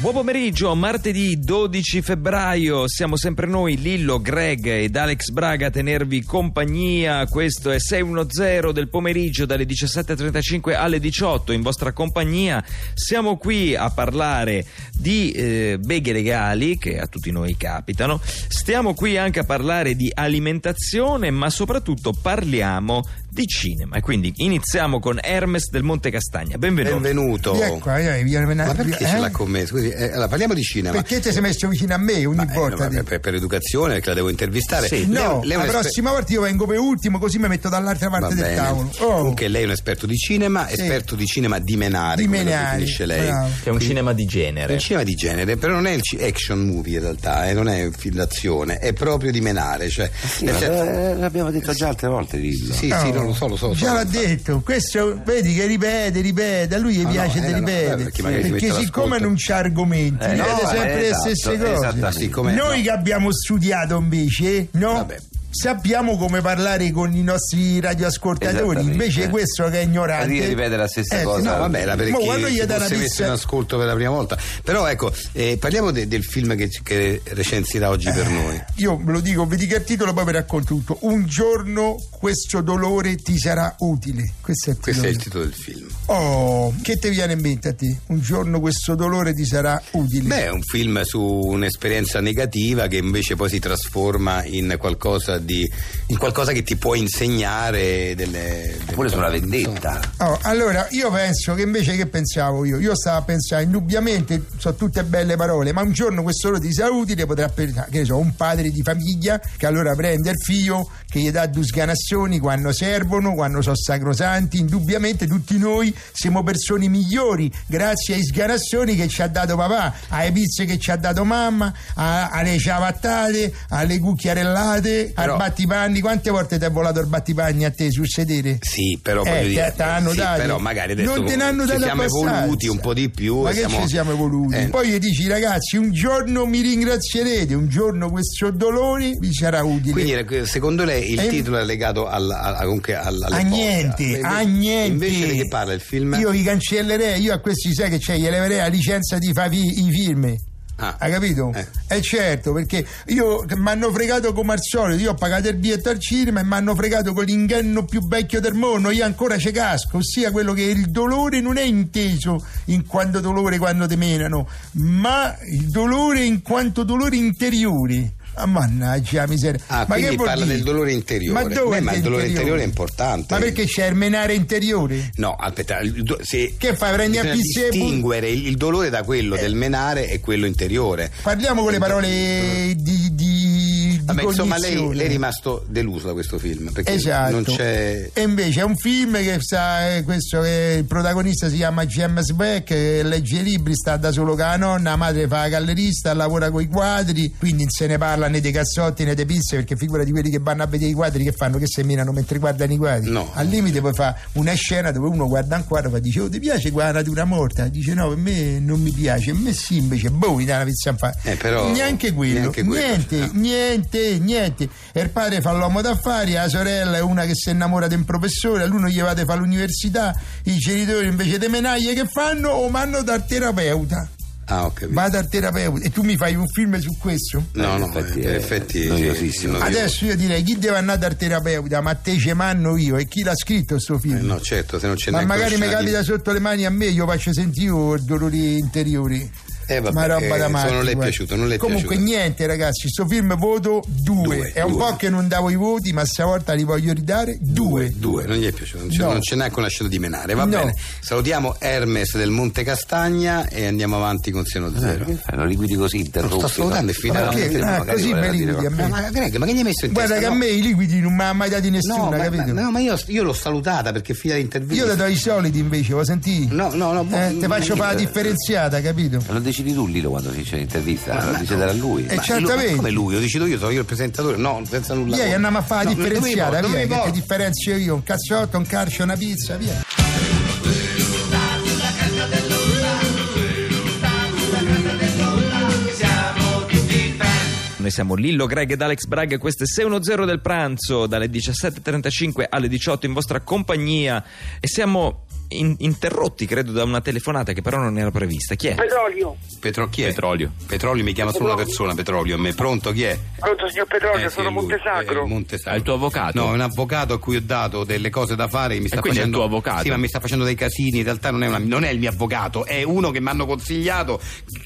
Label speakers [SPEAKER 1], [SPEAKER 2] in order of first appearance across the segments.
[SPEAKER 1] Buon pomeriggio, martedì 12 febbraio, siamo sempre noi Lillo, Greg ed Alex Braga a tenervi compagnia, questo è 610 del pomeriggio dalle 17.35 alle 18 in vostra compagnia, siamo qui a parlare di eh, beghe legali che a tutti noi capitano, stiamo qui anche a parlare di alimentazione ma soprattutto parliamo di cinema e quindi iniziamo con Hermes del Monte Castagna, benvenuto.
[SPEAKER 2] Benvenuto.
[SPEAKER 3] Via qua, via, via, via,
[SPEAKER 2] Ecco, Ma perché
[SPEAKER 3] ecco, eh?
[SPEAKER 2] ce l'ha con me? Scusi, eh, allora parliamo di cinema.
[SPEAKER 3] Perché ti sei messo vicino a me ogni
[SPEAKER 2] Eh, no,
[SPEAKER 3] volta?
[SPEAKER 2] ma per,
[SPEAKER 3] di-
[SPEAKER 2] per- per educazione, perché la devo intervistare.
[SPEAKER 1] Sì.
[SPEAKER 2] Lei-
[SPEAKER 3] No,
[SPEAKER 2] lei è un
[SPEAKER 3] la
[SPEAKER 2] esper-
[SPEAKER 3] prossima volta io vengo per ultimo così mi metto dall'altra
[SPEAKER 2] Va
[SPEAKER 3] parte del
[SPEAKER 2] bene.
[SPEAKER 3] tavolo. Oh,
[SPEAKER 2] Comunque lei è un esperto di cinema,
[SPEAKER 3] Sì.
[SPEAKER 2] esperto di cinema di menare,
[SPEAKER 3] di
[SPEAKER 2] come lo
[SPEAKER 3] Menari.
[SPEAKER 2] definisce lei.
[SPEAKER 3] bravo.
[SPEAKER 1] Che è un cinema di
[SPEAKER 2] È
[SPEAKER 1] genere.
[SPEAKER 2] un cinema di genere, però non è il ci- action movie in realtà, eh, non è fillazione, è proprio di menare. Cioè,
[SPEAKER 4] Sì,
[SPEAKER 2] nel
[SPEAKER 4] ma,
[SPEAKER 2] senso-
[SPEAKER 4] eh, l'abbiamo
[SPEAKER 5] certo.
[SPEAKER 4] detto già altre volte, Lillo.
[SPEAKER 2] sì,
[SPEAKER 3] No,
[SPEAKER 2] sì, no, lo so, lo so. lo so.
[SPEAKER 3] Già l'ha detto, questo vedi che ripete, ripete, a lui gli
[SPEAKER 2] Ah, no,
[SPEAKER 3] piace
[SPEAKER 2] eh,
[SPEAKER 3] di
[SPEAKER 2] no,
[SPEAKER 3] ripete.
[SPEAKER 2] vabbè, perché magari si mette
[SPEAKER 3] siccome
[SPEAKER 2] all'ascolto.
[SPEAKER 3] non c'ha argomenti,
[SPEAKER 4] Eh,
[SPEAKER 3] ripete
[SPEAKER 4] no,
[SPEAKER 3] sempre
[SPEAKER 4] eh,
[SPEAKER 3] le
[SPEAKER 4] esatto,
[SPEAKER 3] stesse cose.
[SPEAKER 4] esattamente.
[SPEAKER 2] Ma siccome-
[SPEAKER 3] Noi
[SPEAKER 2] no.
[SPEAKER 3] che abbiamo studiato invece, no?
[SPEAKER 2] Vabbè.
[SPEAKER 3] Sappiamo come parlare con i nostri radioascoltatori,
[SPEAKER 4] Esattamente.
[SPEAKER 3] invece questo che è ignorante.
[SPEAKER 4] Ma lì ripete la stessa cosa.
[SPEAKER 3] sì,
[SPEAKER 2] No,
[SPEAKER 4] Esatto.
[SPEAKER 2] vabbè, era perché
[SPEAKER 3] Ma quando gli
[SPEAKER 2] si
[SPEAKER 3] dà la
[SPEAKER 2] fosse messo
[SPEAKER 3] pizza-
[SPEAKER 2] in ascolto per la prima volta. Però ecco, eh, parliamo de- del film che, che recensirà oggi
[SPEAKER 3] Eh,
[SPEAKER 2] per noi.
[SPEAKER 3] Io ve lo dico, vi dico il titolo, poi vi racconto tutto. Un giorno questo dolore ti sarà utile. Questo è il
[SPEAKER 2] Questo
[SPEAKER 3] titolo.
[SPEAKER 2] è il titolo del film.
[SPEAKER 3] Oh, che ti viene in mente a te? Un giorno questo dolore ti sarà utile.
[SPEAKER 2] Beh, è un film su un'esperienza negativa che invece poi si trasforma in qualcosa, di, in qualcosa che ti può insegnare delle.
[SPEAKER 4] Oppure sulla vendetta.
[SPEAKER 3] Oh, allora, io penso che invece che pensavo io? Io stavo a pensare, indubbiamente sono tutte belle parole, ma un giorno questo dolore ti sarà utile potrà per, che ne so, un padre di famiglia che allora prende il figlio, che gli dà due sganassoni quando servono, quando sono sacrosanti. Indubbiamente tutti noi siamo persone migliori grazie ai sganassoni che ci ha dato papà, alle pizze che ci ha dato mamma, a- alle ciabattate, alle cucchiarellate,
[SPEAKER 2] Però-
[SPEAKER 3] al battipanni. Quante volte ti è volato il battipanni a te sul sedere?
[SPEAKER 2] Sì, però
[SPEAKER 3] Eh,
[SPEAKER 2] voglio
[SPEAKER 3] te-
[SPEAKER 2] dire.
[SPEAKER 3] te l'hanno
[SPEAKER 2] sì,
[SPEAKER 3] dato.
[SPEAKER 2] Però magari adesso
[SPEAKER 3] non te n'hanno
[SPEAKER 2] ci
[SPEAKER 3] dato
[SPEAKER 2] siamo
[SPEAKER 3] abbastanza.
[SPEAKER 2] evoluti un po' di più.
[SPEAKER 3] ma
[SPEAKER 2] e
[SPEAKER 3] che ci siamo evoluti
[SPEAKER 2] Eh,
[SPEAKER 3] poi gli dici ragazzi un giorno mi ringrazierete un giorno questo dolore vi sarà utile
[SPEAKER 2] Quindi era- secondo lei il
[SPEAKER 3] Eh,
[SPEAKER 2] titolo è legato al, al- comunque al- alle
[SPEAKER 3] a
[SPEAKER 2] porte.
[SPEAKER 3] niente,
[SPEAKER 2] Invece-
[SPEAKER 3] a niente.
[SPEAKER 2] Invece di che parla il film?
[SPEAKER 3] Io li cancellerei, io a questi sai che c'è, gli leverei la licenza di fare i, i film.
[SPEAKER 2] Ah.
[SPEAKER 3] Hai capito?
[SPEAKER 2] Eh.
[SPEAKER 3] Eh certo, perché io mi hanno fregato come al solito, io ho pagato il biglietto al cinema e mi hanno fregato con l'inganno più vecchio del mondo, io ancora ci casco, ossia quello che il dolore non è inteso in quanto dolore quando te menano, ma il dolore in quanto dolore interiore. Ah, mannaggia la miseria.
[SPEAKER 2] Ah,
[SPEAKER 3] ma
[SPEAKER 2] quindi
[SPEAKER 3] che vuol
[SPEAKER 2] parla
[SPEAKER 3] dire?
[SPEAKER 2] del dolore interiore.
[SPEAKER 3] Ma dove
[SPEAKER 2] Beh, ma
[SPEAKER 3] è
[SPEAKER 2] il dolore interiore è importante.
[SPEAKER 3] Ma perché c'è il menare interiore?
[SPEAKER 2] No, aspetta, il do- se
[SPEAKER 3] Che fai, prendi a
[SPEAKER 2] bisogna
[SPEAKER 3] pizze e bu- Eh.
[SPEAKER 2] distinguere il, il dolore da quello del menare e quello interiore.
[SPEAKER 3] Parliamo con le parole di, di, di
[SPEAKER 2] Vabbè, insomma, lei,
[SPEAKER 3] cognizione.
[SPEAKER 2] lei è rimasto deluso da questo film perché
[SPEAKER 3] Esatto.
[SPEAKER 2] non c'è.
[SPEAKER 3] E invece è un film che sa, eh, questo che il protagonista si chiama James Beck, eh, legge i libri, sta da solo con la nonna, la madre fa la gallerista, lavora con i quadri, quindi non se ne parla né dei cazzotti né dei pizze, perché figura di quelli che vanno a vedere i quadri che fanno che seminano mentre guardano i quadri.
[SPEAKER 2] No.
[SPEAKER 3] Al limite poi fa una scena dove uno guarda un quadro e fa, dice "Oh, ti piace qua la natura morta?" Dice "No, per me non mi piace, a me sì, invece boh, mi dà una pizza a fare".
[SPEAKER 2] Eh, però-
[SPEAKER 3] neanche quello,
[SPEAKER 2] neanche quello,
[SPEAKER 3] niente,
[SPEAKER 2] cioè, no.
[SPEAKER 3] niente, niente. E il padre fa l'uomo d'affari, la sorella è una che si innamora di un professore, a lui non gli vate fa l'università, i genitori invece di menaglie che fanno o vanno dal terapeuta.
[SPEAKER 2] Ah, ho capito.
[SPEAKER 3] Va dal terapeuta e tu mi fai un film su questo?
[SPEAKER 2] No, no,
[SPEAKER 4] Eh, In effetti
[SPEAKER 2] in
[SPEAKER 4] è
[SPEAKER 2] effetti sì,
[SPEAKER 4] noiosissimo.
[SPEAKER 2] noioso.
[SPEAKER 3] Adesso io direi chi deve andare dal terapeuta, ma te ce manno io e chi l'ha scritto sto
[SPEAKER 2] Eh,
[SPEAKER 3] film?
[SPEAKER 2] No, certo, se non c'è
[SPEAKER 3] Ma
[SPEAKER 2] neanche
[SPEAKER 3] magari mi
[SPEAKER 2] una scena
[SPEAKER 3] capita
[SPEAKER 2] di-
[SPEAKER 3] sotto le mani a me, io faccio sentire i dolori interiori.
[SPEAKER 2] Eh, vabbè,
[SPEAKER 3] ma roba
[SPEAKER 2] eh,
[SPEAKER 3] da
[SPEAKER 2] insomma,
[SPEAKER 3] matti,
[SPEAKER 2] non le è
[SPEAKER 3] guarda.
[SPEAKER 2] piaciuto, non le è
[SPEAKER 3] Comunque,
[SPEAKER 2] piaciuto.
[SPEAKER 3] niente, ragazzi. Sto film voto 2.
[SPEAKER 2] Due,
[SPEAKER 3] È un
[SPEAKER 2] due.
[SPEAKER 3] po' che non davo i voti, ma stavolta li voglio ridare 2.
[SPEAKER 2] Due, non gli è piaciuto, non c'è,
[SPEAKER 3] No.
[SPEAKER 2] non c'è neanche una scena di menare. Va
[SPEAKER 3] No.
[SPEAKER 2] bene, salutiamo Hermes del Monte Castagna e andiamo avanti con Seno Zero.
[SPEAKER 4] Eh, Che fai? Non li guidi così interrotti.
[SPEAKER 2] sto salutando e finita.
[SPEAKER 4] Ma perché?
[SPEAKER 2] No,
[SPEAKER 4] Ah,
[SPEAKER 2] magari
[SPEAKER 4] così
[SPEAKER 3] voleva
[SPEAKER 4] me li
[SPEAKER 3] dire
[SPEAKER 4] guidi a me.
[SPEAKER 2] Ma, ma Greg, ma che gli hai messo in
[SPEAKER 3] Guarda che
[SPEAKER 2] testa?
[SPEAKER 3] a
[SPEAKER 2] No.
[SPEAKER 3] me i liquidi non mi ha mai dati
[SPEAKER 2] No,
[SPEAKER 3] nessuno,
[SPEAKER 2] ma,
[SPEAKER 3] capito?
[SPEAKER 2] ma- no, ma io, io l'ho salutata perché fila
[SPEAKER 3] Io
[SPEAKER 2] l'intervista.
[SPEAKER 3] le do i soliti invece, vuoi sentire?
[SPEAKER 2] No, no, no, boh,
[SPEAKER 3] Eh, te faccio fare la
[SPEAKER 4] eh,
[SPEAKER 3] differenziata, capito?
[SPEAKER 4] Lo decidi tu, Lillo, quando si c'è l'intervista.
[SPEAKER 5] Ah,
[SPEAKER 4] Lo deciderà lui.
[SPEAKER 3] Eh,
[SPEAKER 4] Ma-
[SPEAKER 2] Ma
[SPEAKER 3] certamente.
[SPEAKER 2] lui- Come lui, lo decido io, sono io il presentatore. No, senza nulla.
[SPEAKER 3] Via che andiamo a fare la
[SPEAKER 2] No,
[SPEAKER 3] differenziata,
[SPEAKER 2] dove mi
[SPEAKER 3] via, che
[SPEAKER 2] porti?
[SPEAKER 3] ti differenzio io, un cazzotto, un carcio, una pizza, via.
[SPEAKER 1] Noi siamo Lillo Greg ed Alex Braga, questo è 610 del pranzo dalle 17.35 alle 18 in vostra compagnia e siamo in- interrotti, credo, da una telefonata che però non era prevista. Chi è?
[SPEAKER 6] Petrolio.
[SPEAKER 2] Petro, chi è?
[SPEAKER 1] Petrolio.
[SPEAKER 2] Petrolio mi chiama solo una
[SPEAKER 6] Petrolio.
[SPEAKER 2] persona, Petrolio. Ma è pronto chi è?
[SPEAKER 6] Pronto, signor Petrolio,
[SPEAKER 2] Eh, sì,
[SPEAKER 6] sono
[SPEAKER 2] è lui,
[SPEAKER 6] Montesacro.
[SPEAKER 2] è Montesacro.
[SPEAKER 7] È il tuo avvocato?
[SPEAKER 2] No, è un avvocato a cui ho dato delle cose da fare. Mi sta
[SPEAKER 7] quindi è il
[SPEAKER 2] facendo...
[SPEAKER 7] tuo avvocato?
[SPEAKER 2] Sì, ma mi sta facendo dei casini. In realtà non è, una- non è il mio avvocato, è uno che mi hanno consigliato.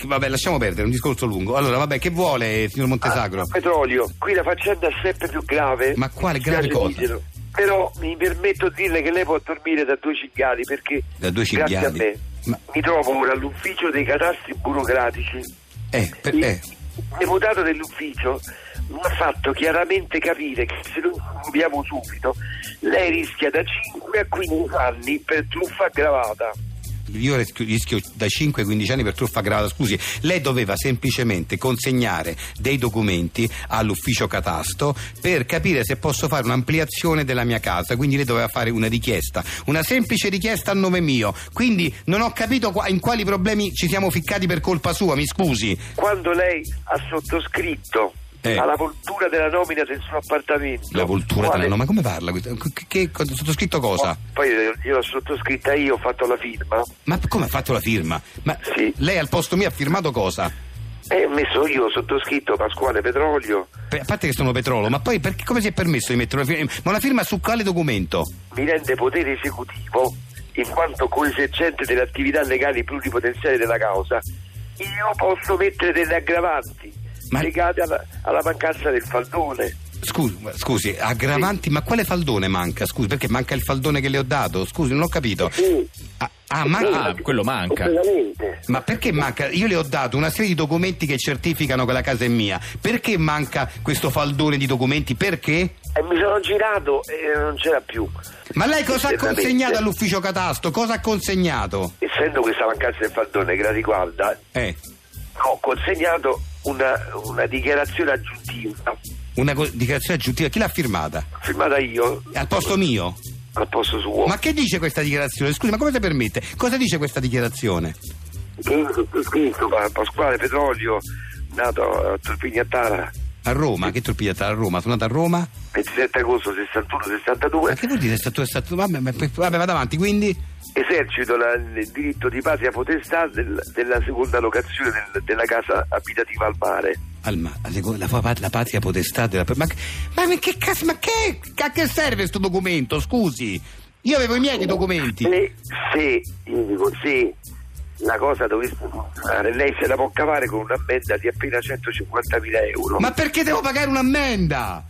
[SPEAKER 2] Vabbè, lasciamo perdere, è un discorso lungo. Allora, vabbè, che vuole, signor Montesacro?
[SPEAKER 6] Ah, Petrolio, qui la faccenda è sempre più grave.
[SPEAKER 2] Ma quale
[SPEAKER 6] Mi spiace
[SPEAKER 2] grave cosa?
[SPEAKER 6] dirglielo. Però mi permetto di dirle che lei può dormire da due cinghiali perché
[SPEAKER 2] Da due
[SPEAKER 6] grazie a
[SPEAKER 2] cinghiali?
[SPEAKER 6] me
[SPEAKER 2] Ma-
[SPEAKER 6] mi trovo ora all'ufficio dei catastri burocratici.
[SPEAKER 2] Eh, per-
[SPEAKER 6] Il
[SPEAKER 2] eh.
[SPEAKER 6] deputato dell'ufficio mi ha fatto chiaramente capire che se non muoviamo subito lei rischia da 5 a 15 anni per truffa aggravata.
[SPEAKER 2] Io rischio, rischio da 5 a 15 anni per truffa aggravata. Scusi, lei doveva semplicemente consegnare dei documenti all'ufficio catasto per capire se posso fare un'ampliazione della mia casa. Quindi lei doveva fare una richiesta, una semplice richiesta a nome mio. Quindi non ho capito qua- in quali problemi ci siamo ficcati per colpa sua, mi scusi.
[SPEAKER 6] Quando lei ha sottoscritto
[SPEAKER 2] Eh.
[SPEAKER 6] alla voltura della nomina del suo appartamento,
[SPEAKER 2] La voltura
[SPEAKER 6] quale-
[SPEAKER 2] della Ma come parla? questo? Che, che- cosa- sottoscritto cosa?
[SPEAKER 6] Oh, Poi io l'ho sottoscritta io, ho fatto la firma
[SPEAKER 2] Ma come ha fatto la firma? Ma
[SPEAKER 6] Sì.
[SPEAKER 2] lei al posto mio ha firmato cosa?
[SPEAKER 6] e ho messo io, ho sottoscritto Pasquale Petrolio,
[SPEAKER 2] Per- a parte che sono petrolo, ma poi perché, come si è permesso di mettere una firma? Ma una firma su quale documento?
[SPEAKER 6] mi rende potere esecutivo in quanto coesercente delle attività legali pluripotenziali della causa. Io posso mettere delle aggravanti
[SPEAKER 2] Ma-
[SPEAKER 6] legate alla, alla mancanza del faldone.
[SPEAKER 2] Scusi, ma- scusi, aggravanti, ma quale faldone manca? Scusi, perché manca il faldone che le ho dato? Scusi, non ho capito.
[SPEAKER 6] Sì.
[SPEAKER 2] Ah, ah, manca.
[SPEAKER 7] Ah, quello manca.
[SPEAKER 6] Completamente.
[SPEAKER 2] Ma perché manca? Io le ho dato una serie di documenti che certificano che la casa è mia. Perché manca questo faldone di documenti? Perché?
[SPEAKER 6] E mi sono girato e non c'era più.
[SPEAKER 2] Ma lei cosa ha
[SPEAKER 6] Certamente.
[SPEAKER 2] consegnato all'ufficio catasto? Cosa ha consegnato?
[SPEAKER 6] Essendo questa mancanza del faldone che la riguarda,
[SPEAKER 2] Eh,
[SPEAKER 6] ho consegnato una, una dichiarazione aggiuntiva
[SPEAKER 2] una co- dichiarazione aggiuntiva. Chi l'ha firmata?
[SPEAKER 6] firmata io
[SPEAKER 2] Al posto mio?
[SPEAKER 6] al posto suo.
[SPEAKER 2] Ma che dice questa dichiarazione? Scusi, ma come si permette? Cosa dice questa dichiarazione?
[SPEAKER 6] Che io ho sottoscritto Pa- Pasquale Petrolio, nato a Torpignattara
[SPEAKER 2] A Roma? Che torpigliata a Roma? Sono andata a Roma?
[SPEAKER 6] 27 agosto
[SPEAKER 2] Ma
[SPEAKER 6] 61-62,
[SPEAKER 2] che vuol dire stato, stato, vabbè, ma- vabbè, vado avanti, quindi.
[SPEAKER 6] esercito la- il diritto di patria potestà del- della seconda locazione del- della casa abitativa al mare.
[SPEAKER 2] Al ma- la, seco- la fa- la patria potestà della. Ma, che- ma che cazzo? Ma che, a che serve questo documento? Scusi. Io avevo i miei documenti.
[SPEAKER 6] Se, se, io dico, se la cosa dovesse funzionare, lei se la può cavare con un'ammenda di appena 150.000 euro.
[SPEAKER 2] Ma perché devo pagare un'ammenda?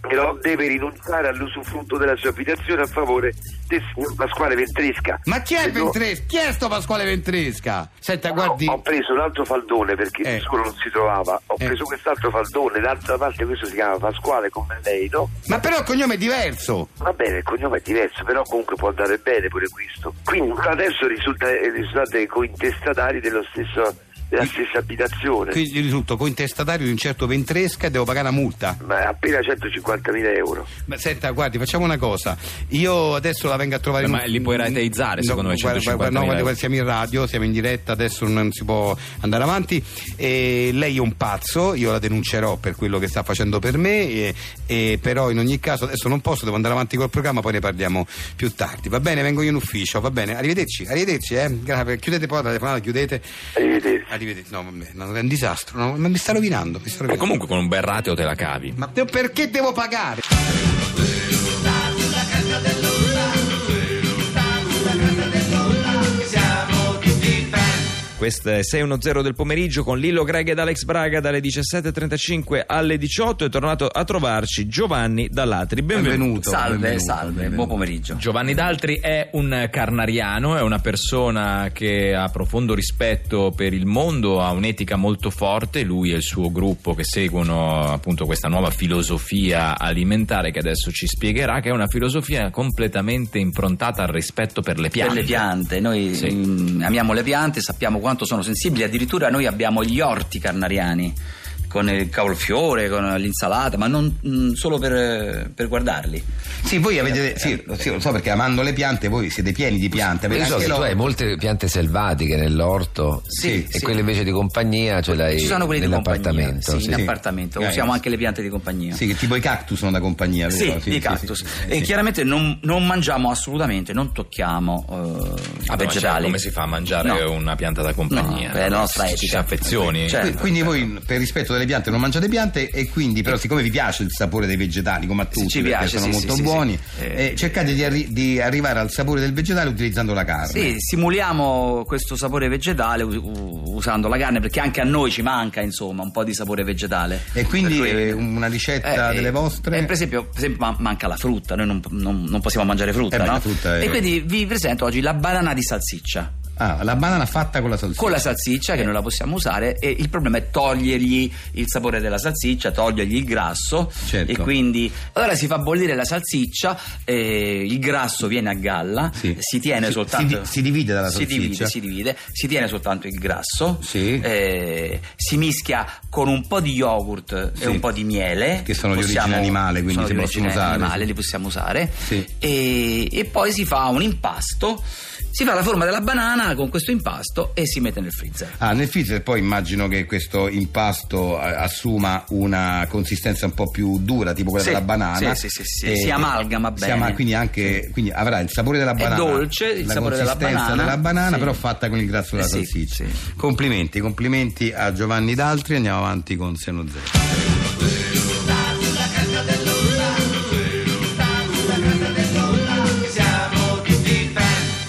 [SPEAKER 6] Però deve rinunciare all'usufrutto della sua abitazione a favore del signor Pasquale Ventresca.
[SPEAKER 2] Ma chi è
[SPEAKER 6] Se no-
[SPEAKER 2] Ventresca? Chi è sto Pasquale Ventresca? Senta, guardi.
[SPEAKER 6] Ho preso un altro faldone perché
[SPEAKER 2] Eh.
[SPEAKER 6] il solo non si trovava. Ho
[SPEAKER 2] Eh.
[SPEAKER 6] preso quest'altro faldone, d'altra parte questo si chiama Pasquale come lei, no?
[SPEAKER 2] Ma però il cognome è diverso.
[SPEAKER 6] Va bene, il cognome è diverso, però comunque può andare bene pure questo. Quindi adesso risulta- risultate cointestatari dello stesso- della stessa abitazione.
[SPEAKER 2] Quindi risulto cointestatario di un certo Ventresca e devo pagare la multa.
[SPEAKER 6] Ma appena 150.000 euro.
[SPEAKER 2] Ma senta, guardi, facciamo una cosa. Io adesso la vengo a trovare.
[SPEAKER 7] Ma li puoi rateizzare, secondo me,
[SPEAKER 2] guarda,
[SPEAKER 7] 150.000
[SPEAKER 2] guarda, no, guarda,
[SPEAKER 7] euro.
[SPEAKER 2] siamo in radio, siamo in diretta, adesso non si può andare avanti. E lei è un pazzo, io la denuncerò per quello che sta facendo per me. e- e però in ogni caso adesso non posso, devo andare avanti col programma, poi ne parliamo più tardi. Va bene, vengo io in ufficio, va bene. Arrivederci, arrivederci, eh. Grazie. Chiudete poi la telefonata, chiudete.
[SPEAKER 6] Arrivederci.
[SPEAKER 2] Arrivederci. No, vabbè, no, è un disastro, no, ma mi sta rovinando, mi sta
[SPEAKER 7] E
[SPEAKER 2] rovinando.
[SPEAKER 7] comunque con un bel rateo te la cavi.
[SPEAKER 2] Ma te- perché devo pagare?
[SPEAKER 1] Questa è 610 del pomeriggio con Lillo Greg ed Alex Braga dalle 17.35 alle 18. È tornato a trovarci Giovanni Dall'Atri. Benvenuto.
[SPEAKER 2] Benvenuto,
[SPEAKER 5] Salve,
[SPEAKER 2] benvenuto,
[SPEAKER 5] salve,
[SPEAKER 2] benvenuto.
[SPEAKER 5] buon pomeriggio.
[SPEAKER 7] Giovanni D'Altri è un carnariano, è una persona che ha profondo rispetto per il mondo, ha un'etica molto forte, lui e il suo gruppo che seguono appunto questa nuova filosofia alimentare che adesso ci spiegherà, che è una filosofia completamente improntata al rispetto per le piante.
[SPEAKER 5] Per le piante, noi
[SPEAKER 7] Sì.
[SPEAKER 5] mm, amiamo le piante, sappiamo quanto sono sensibili, addirittura noi abbiamo gli orti carnariani con il cavolfiore, con l'insalata, ma non mm, solo per, per guardarli.
[SPEAKER 2] Sì, voi avete. Sì, sì, lo so perché amando le piante, voi siete pieni di piante.
[SPEAKER 8] Io
[SPEAKER 2] avete
[SPEAKER 8] so
[SPEAKER 2] anche
[SPEAKER 8] che tu
[SPEAKER 2] l'orto.
[SPEAKER 8] hai molte piante selvatiche nell'orto
[SPEAKER 5] Sì,
[SPEAKER 8] e
[SPEAKER 5] sì.
[SPEAKER 8] quelle invece di compagnia ce le hai
[SPEAKER 5] Ci sono quelli di compagnia.
[SPEAKER 8] nell'appartamento.
[SPEAKER 5] Sì,
[SPEAKER 8] sì.
[SPEAKER 5] in appartamento.
[SPEAKER 2] Eh,
[SPEAKER 5] Usiamo
[SPEAKER 2] sì.
[SPEAKER 5] anche le piante di compagnia.
[SPEAKER 2] Sì, che tipo i cactus sono da compagnia,
[SPEAKER 5] Sì,
[SPEAKER 2] vero?
[SPEAKER 5] i cactus.
[SPEAKER 2] sì, sì,
[SPEAKER 5] e
[SPEAKER 2] sì.
[SPEAKER 5] chiaramente non, non mangiamo assolutamente, non tocchiamo eh,
[SPEAKER 7] Ah, beh, ma
[SPEAKER 5] vegetali.
[SPEAKER 7] certo, come si fa a mangiare
[SPEAKER 5] No.
[SPEAKER 7] una pianta da compagnia?
[SPEAKER 5] No, è la nostra
[SPEAKER 7] Ci- Ci si
[SPEAKER 5] etica.
[SPEAKER 7] affezioni?
[SPEAKER 5] Certo.
[SPEAKER 2] Qui- Quindi voi per rispetto delle piante non mangiate piante e quindi però siccome vi piace il sapore dei vegetali come a tutti
[SPEAKER 5] ci
[SPEAKER 2] perché
[SPEAKER 5] piace,
[SPEAKER 2] sono
[SPEAKER 5] sì,
[SPEAKER 2] molto
[SPEAKER 5] sì, sì,
[SPEAKER 2] buoni
[SPEAKER 5] sì.
[SPEAKER 2] eh,
[SPEAKER 5] Eh,
[SPEAKER 2] cercate di, arri- di arrivare al sapore del vegetale utilizzando la carne.
[SPEAKER 5] Sì, simuliamo questo sapore vegetale us- u- usando la carne perché anche a noi ci manca insomma un po' di sapore vegetale.
[SPEAKER 2] E quindi
[SPEAKER 5] Per cui-
[SPEAKER 2] eh, una ricetta
[SPEAKER 5] Eh,
[SPEAKER 2] delle
[SPEAKER 5] eh,
[SPEAKER 2] vostre?
[SPEAKER 5] eh, per esempio, per esempio ma- manca la frutta, noi non, non- non possiamo mangiare frutta,
[SPEAKER 2] Eh beh,
[SPEAKER 5] no?
[SPEAKER 2] la frutta è-
[SPEAKER 5] E quindi vi presento oggi la banana di salsiccia.
[SPEAKER 2] Ah, la banana fatta con la salsiccia.
[SPEAKER 5] Con la salsiccia che noi la possiamo usare e il problema è togliergli il sapore della salsiccia, togliergli il grasso
[SPEAKER 2] Certo.
[SPEAKER 5] e quindi allora si fa bollire la salsiccia, eh, il grasso viene a galla,
[SPEAKER 2] Sì.
[SPEAKER 5] si tiene
[SPEAKER 2] Si- si
[SPEAKER 5] soltanto
[SPEAKER 2] di- si divide dalla
[SPEAKER 5] si divide,
[SPEAKER 2] salsiccia?
[SPEAKER 5] si divide, si tiene soltanto il grasso,
[SPEAKER 2] Sì.
[SPEAKER 5] eh, si mischia con un po' di yogurt
[SPEAKER 2] Sì.
[SPEAKER 5] e un po' di miele
[SPEAKER 2] Che sono di origine animale, quindi
[SPEAKER 5] sono
[SPEAKER 2] si
[SPEAKER 5] di
[SPEAKER 2] possono
[SPEAKER 5] origine
[SPEAKER 2] usare,
[SPEAKER 5] animale,
[SPEAKER 2] sì.
[SPEAKER 5] li possiamo usare
[SPEAKER 2] Sì.
[SPEAKER 5] e, e poi si fa un impasto, si fa la forma della banana con questo impasto e si mette nel freezer.
[SPEAKER 2] Ah, nel freezer poi immagino che questo impasto eh, assuma una consistenza un po' più dura, tipo quella
[SPEAKER 5] Sì,
[SPEAKER 2] della banana.
[SPEAKER 5] sì, sì, sì, sì,
[SPEAKER 2] E-
[SPEAKER 5] si amalgama
[SPEAKER 2] si
[SPEAKER 5] bene.
[SPEAKER 2] ama- quindi, anche, quindi avrà il sapore della
[SPEAKER 5] È
[SPEAKER 2] banana.
[SPEAKER 5] dolce, il
[SPEAKER 2] la
[SPEAKER 5] sapore della
[SPEAKER 2] consistenza
[SPEAKER 5] banana,
[SPEAKER 2] della banana,
[SPEAKER 5] sì.
[SPEAKER 2] però fatta con il grasso della
[SPEAKER 5] Eh sì,
[SPEAKER 2] salsiccia.
[SPEAKER 5] sì.
[SPEAKER 2] Complimenti, complimenti a Giovanni D'Altri. Andiamo avanti con Seno Zero.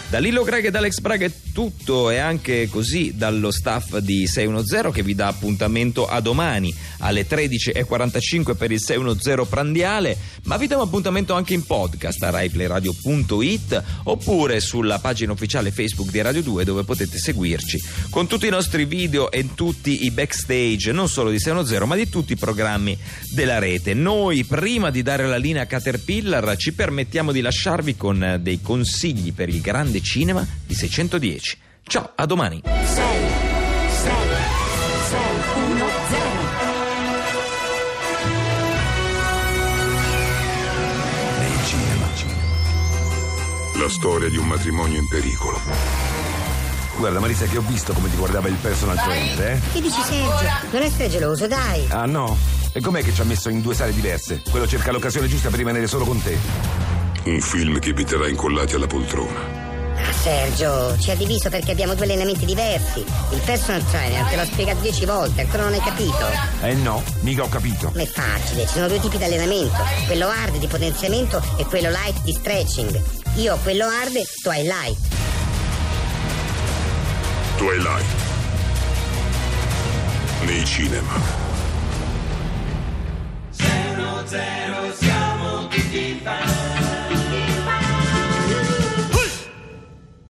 [SPEAKER 1] Da Lillo Greg ed Alex Braga è tutto e anche così dallo staff di 610 che vi dà appuntamento a domani alle 13.45 per il 610 Prandiale, ma vi diamo appuntamento anche in podcast a raiplayradio.it oppure sulla pagina ufficiale Facebook di Radio 2 dove potete seguirci con tutti i nostri video e tutti i backstage non solo di 610 ma di tutti i programmi della rete. Noi prima di dare la linea a Caterpillar ci permettiamo di lasciarvi con eh, dei consigli per il grande cinema di 610. Ciao, a domani!
[SPEAKER 9] 6 6 6 1 0
[SPEAKER 10] La storia di un matrimonio in pericolo.
[SPEAKER 11] Guarda Marisa che ho visto come ti guardava il personal trainer, eh?
[SPEAKER 9] Che dici Sergio? Non essere geloso, dai!
[SPEAKER 11] Ah no? E com'è che ci ha messo in due sale diverse? Quello cerca l'occasione giusta per rimanere solo con te.
[SPEAKER 10] Un film che vi terrà incollati alla poltrona.
[SPEAKER 9] Ah, Sergio, ci ha diviso perché abbiamo due allenamenti diversi. Il personal trainer te l'ho spiegato dieci volte, ancora non hai capito.
[SPEAKER 11] Eh no, mica ho capito.
[SPEAKER 9] Ma è facile, ci sono due tipi di allenamento. Quello hard di potenziamento e quello light di stretching. Io ho quello hard, tu hai light.
[SPEAKER 10] Twilight. Nei cinema.
[SPEAKER 12] 006